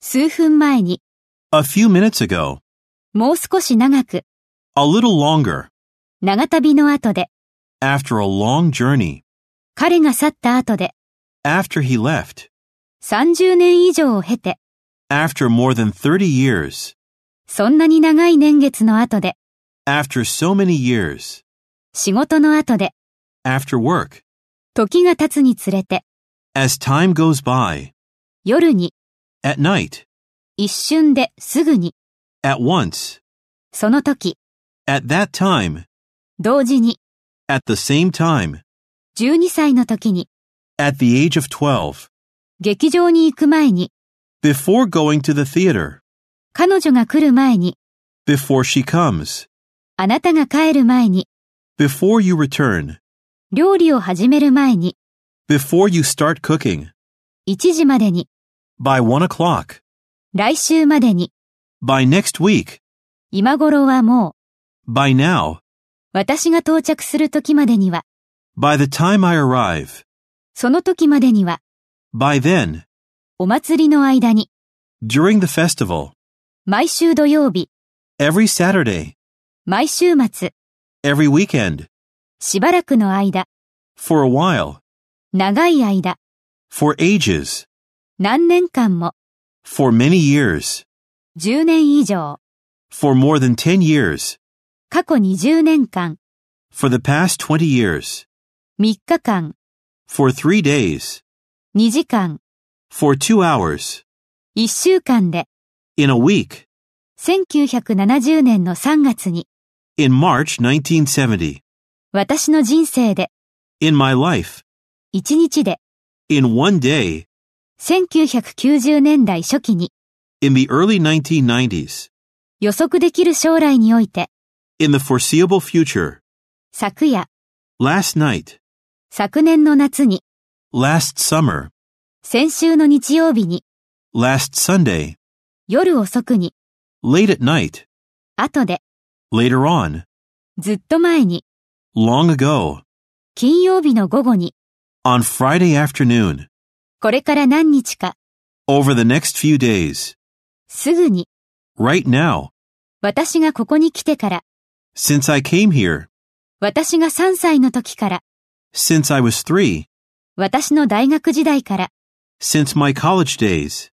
数分前に、 A few minutes ago. もう少し長く、 A little longer. 長旅の後で、 After a long journey. 彼が去った後で、 After he left. 30年以上を経て、 After more than 30 years. そんなに長い年月の後で、 After so many years. 仕事の後で、 After work. 時が経つにつれて、 As time goes by. 夜に、 At night. 一瞬で、すぐに、 At once. その時、 At that time. 同時に、 At the same time. 12歳の時に、 At the age of 12. 劇場に行く前に、 Before going to the theater. 彼女が来る前に、 Before she comes. あなたが帰る前に、 Before you return. 料理を始める前に、 Before you start cooking. 1時までに、 By 1 o'clock. 来週までに、 By next week. 今頃はもう、 By now. 私が到着する時までには、 By the time I arrive. その時までには、 By then. お祭りの間に、 During the festival. 毎週土曜日、 Every Saturday. 毎週末、 Every weekend. しばらくの間、 For a while. 長い間、 For ages. 何年間も、 For many years. 10年以上、 For more than 10 years. 過去20年間、 For the past 20 years. 3日間、 For three days. 2時間、 For two hours. 1週間で、 In a week. 1970年の3月に、 In March 1970. 私の人生で、 In my life. 1日で、 In one day. 1990年代初期に、 In the early 1990s. 予測できる将来において、 In the foreseeable future. 昨夜、 Last night. 昨年の夏に、 Last summer. 先週の日曜日に、 Last Sunday. 夜遅くに、 Late at night. 後で、 Later on. ずっと前に、 Long ago. 金曜日の午後に、 On Friday afternoon. これから何日か、 Over the next few days. すぐに、 Right now. 私がここに来てから、 Since I came here. 私が3歳の時から、 Since I was three. 私の大学時代から、 Since my college days.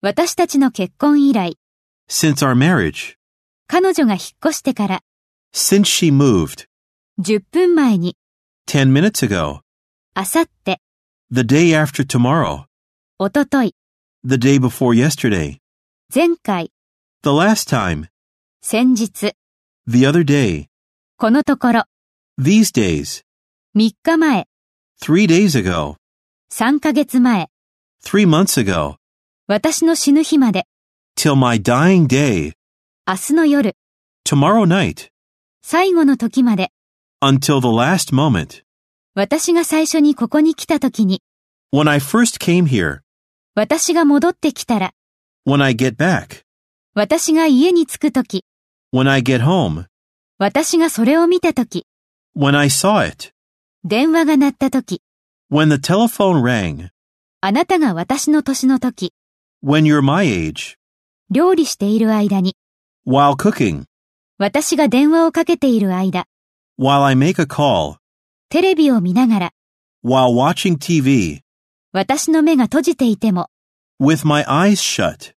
私たちの結婚以来、 Since our marriage. 彼女が引っ越してから、 Since she moved. 10分前に、 Ten minutes ago. あさって、 The day after tomorrow. おととい、 The day before yesterday. 前回、 The last time. 先日、 The other day. このところ、 These days. 3日前、 Three days ago. 3ヶ月前、 Three months ago. 私の死ぬ日まで、 Till my dying day. 明日の夜、 Tomorrow night. 最後の時まで、 Until the last moment. 私が最初にここに来た時に、 When I first came here. 私が戻ってきたら、 When I get back. 私が家に着く時、 When I get home. 私がそれを見た時、 When I saw it. 電話が鳴った時、 When the telephone rang. あなたが私の年の時、 When you're my age. 料理している間に、 While cooking. 私が電話をかけている間、 While I make a call. テレビを見ながら、 While watching TV. 私の目が閉じていても、 With my eyes shut.